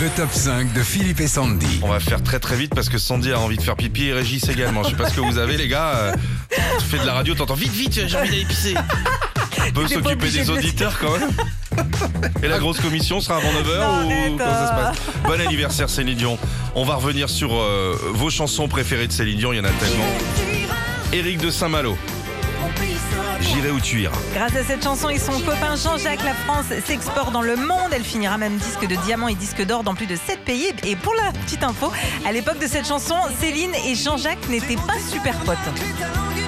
Le top 5 de Philippe et Sandy. On va faire très très vite parce que Sandy a envie de faire pipi et Régis également. Je sais pas ce que vous avez les gars. euh, Tu fais de la radio, t'entends vite vite, j'ai envie d'aller pisser. On peut T'es pas s'occuper obligé des de le auditeurs quand même. Et la grosse commission sera avant 9h Non, ou arrête, comment ça se euh. passe Bon anniversaire Céline Dion. On va revenir sur euh, vos chansons préférées de Céline Dion, il y en a tellement. Éric de Saint-Malo, J'irai où tu iras. Grâce à cette chanson et son copain Jean-Jacques, la France s'exporte dans le monde. Elle finira même disque de diamant et disque d'or dans plus de 7 pays. Et pour la petite info, à l'époque de cette chanson, Céline et Jean-Jacques n'étaient pas super potes.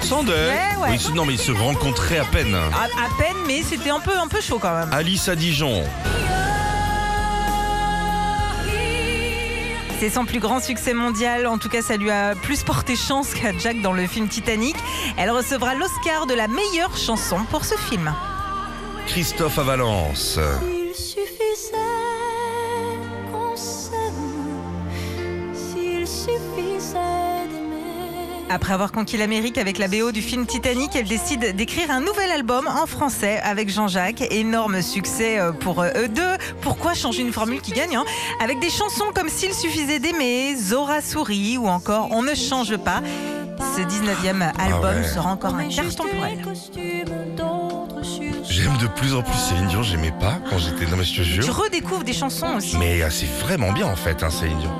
Sans deuil. Eh Ouais, ouais. Oui, c'est- non mais ils se rencontraient à peine. À, à peine, mais c'était un peu, un peu chaud quand même. Alice à Dijon, C'est son plus grand succès mondial. En tout cas, ça lui a plus porté chance qu'à Jack dans le film Titanic. Elle recevra l'Oscar de la meilleure chanson pour ce film. Christophe à Valence. Il suffisait qu'on s'aime, s'il suffisait d'aimer. Après avoir conquis l'Amérique avec la BO du film Titanic, elle décide d'écrire un nouvel album en français avec Jean-Jacques. Énorme succès euh, pour euh, eux deux. Pourquoi changer une formule qui gagne hein Avec des chansons comme S'il suffisait d'aimer, Zora sourit ou encore On ne change pas. Ce 19e album ouais. sera encore un Mais juste carton pour les elle. costumes d'autres sur- J'aime de plus en plus Céline Dion, j'aimais pas quand j'étais. Non mais je te Tu jure. redécouvres des chansons aussi. Mais euh, c'est vraiment bien en fait, hein, Céline Dion.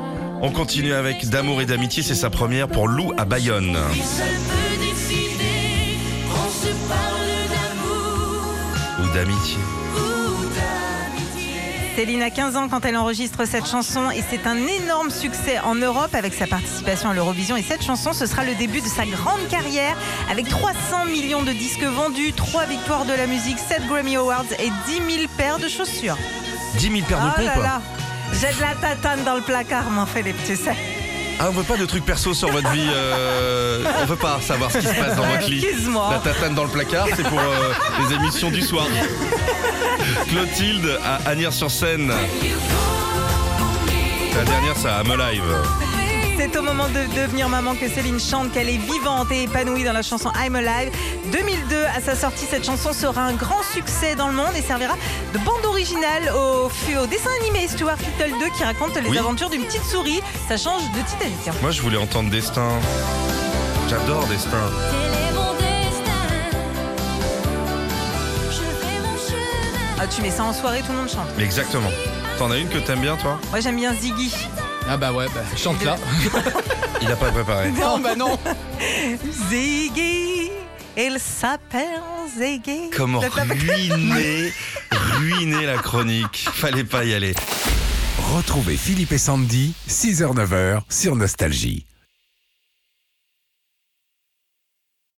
On continue avec D'amour et d'amitié, c'est sa première pour Lou à Bayonne. Seul peut décider qu'on se parle d'amour Ou d'amitié. ou d'amitié. Céline a 15 ans quand elle enregistre cette chanson et c'est un énorme succès en Europe avec sa participation à l'Eurovision et cette chanson ce sera le début de sa grande carrière avec 300 millions de disques vendus, 3 victoires de la musique, 7 Grammy Awards et 10 000 paires de chaussures. 10 000 paires de oh là pompes. là, j'ai de la tatane dans le placard, m'en fait les petits sacs. Ah, on veut pas de trucs perso sur votre vie. euh, on veut pas savoir ce qui se passe dans votre lit. La Excuse-moi. tatane dans le placard, c'est pour euh, les émissions du soir. Clotilde à Agnières-sur-Seine. La dernière, ça à Me Live. C'est au moment de devenir maman que Céline chante qu'elle est vivante et épanouie dans la chanson I'm Alive. 2002, à sa sortie, cette chanson sera un grand succès dans le monde et servira de bande originale au, au dessin animé Stuart Little 2 qui raconte les Oui. aventures d'une petite souris. Ça change de Titanic. hein. Moi, je voulais entendre Destin. J'adore Destin. Tel est mon destin. Je fais mon chemin. Ah, tu mets ça en soirée, tout le monde chante. Mais exactement. T'en as une que t'aimes bien, toi Moi, j'aime bien Ziggy. Ah bah ouais, bah, chante là. Il a pas préparé. Non, bah non. Ziggy, il s'appelle Ziggy. Comment Le papa- ruiner, ruiner la chronique. Fallait pas y aller. Retrouvez Philippe et Sandy, 6h-9h sur Nostalgie.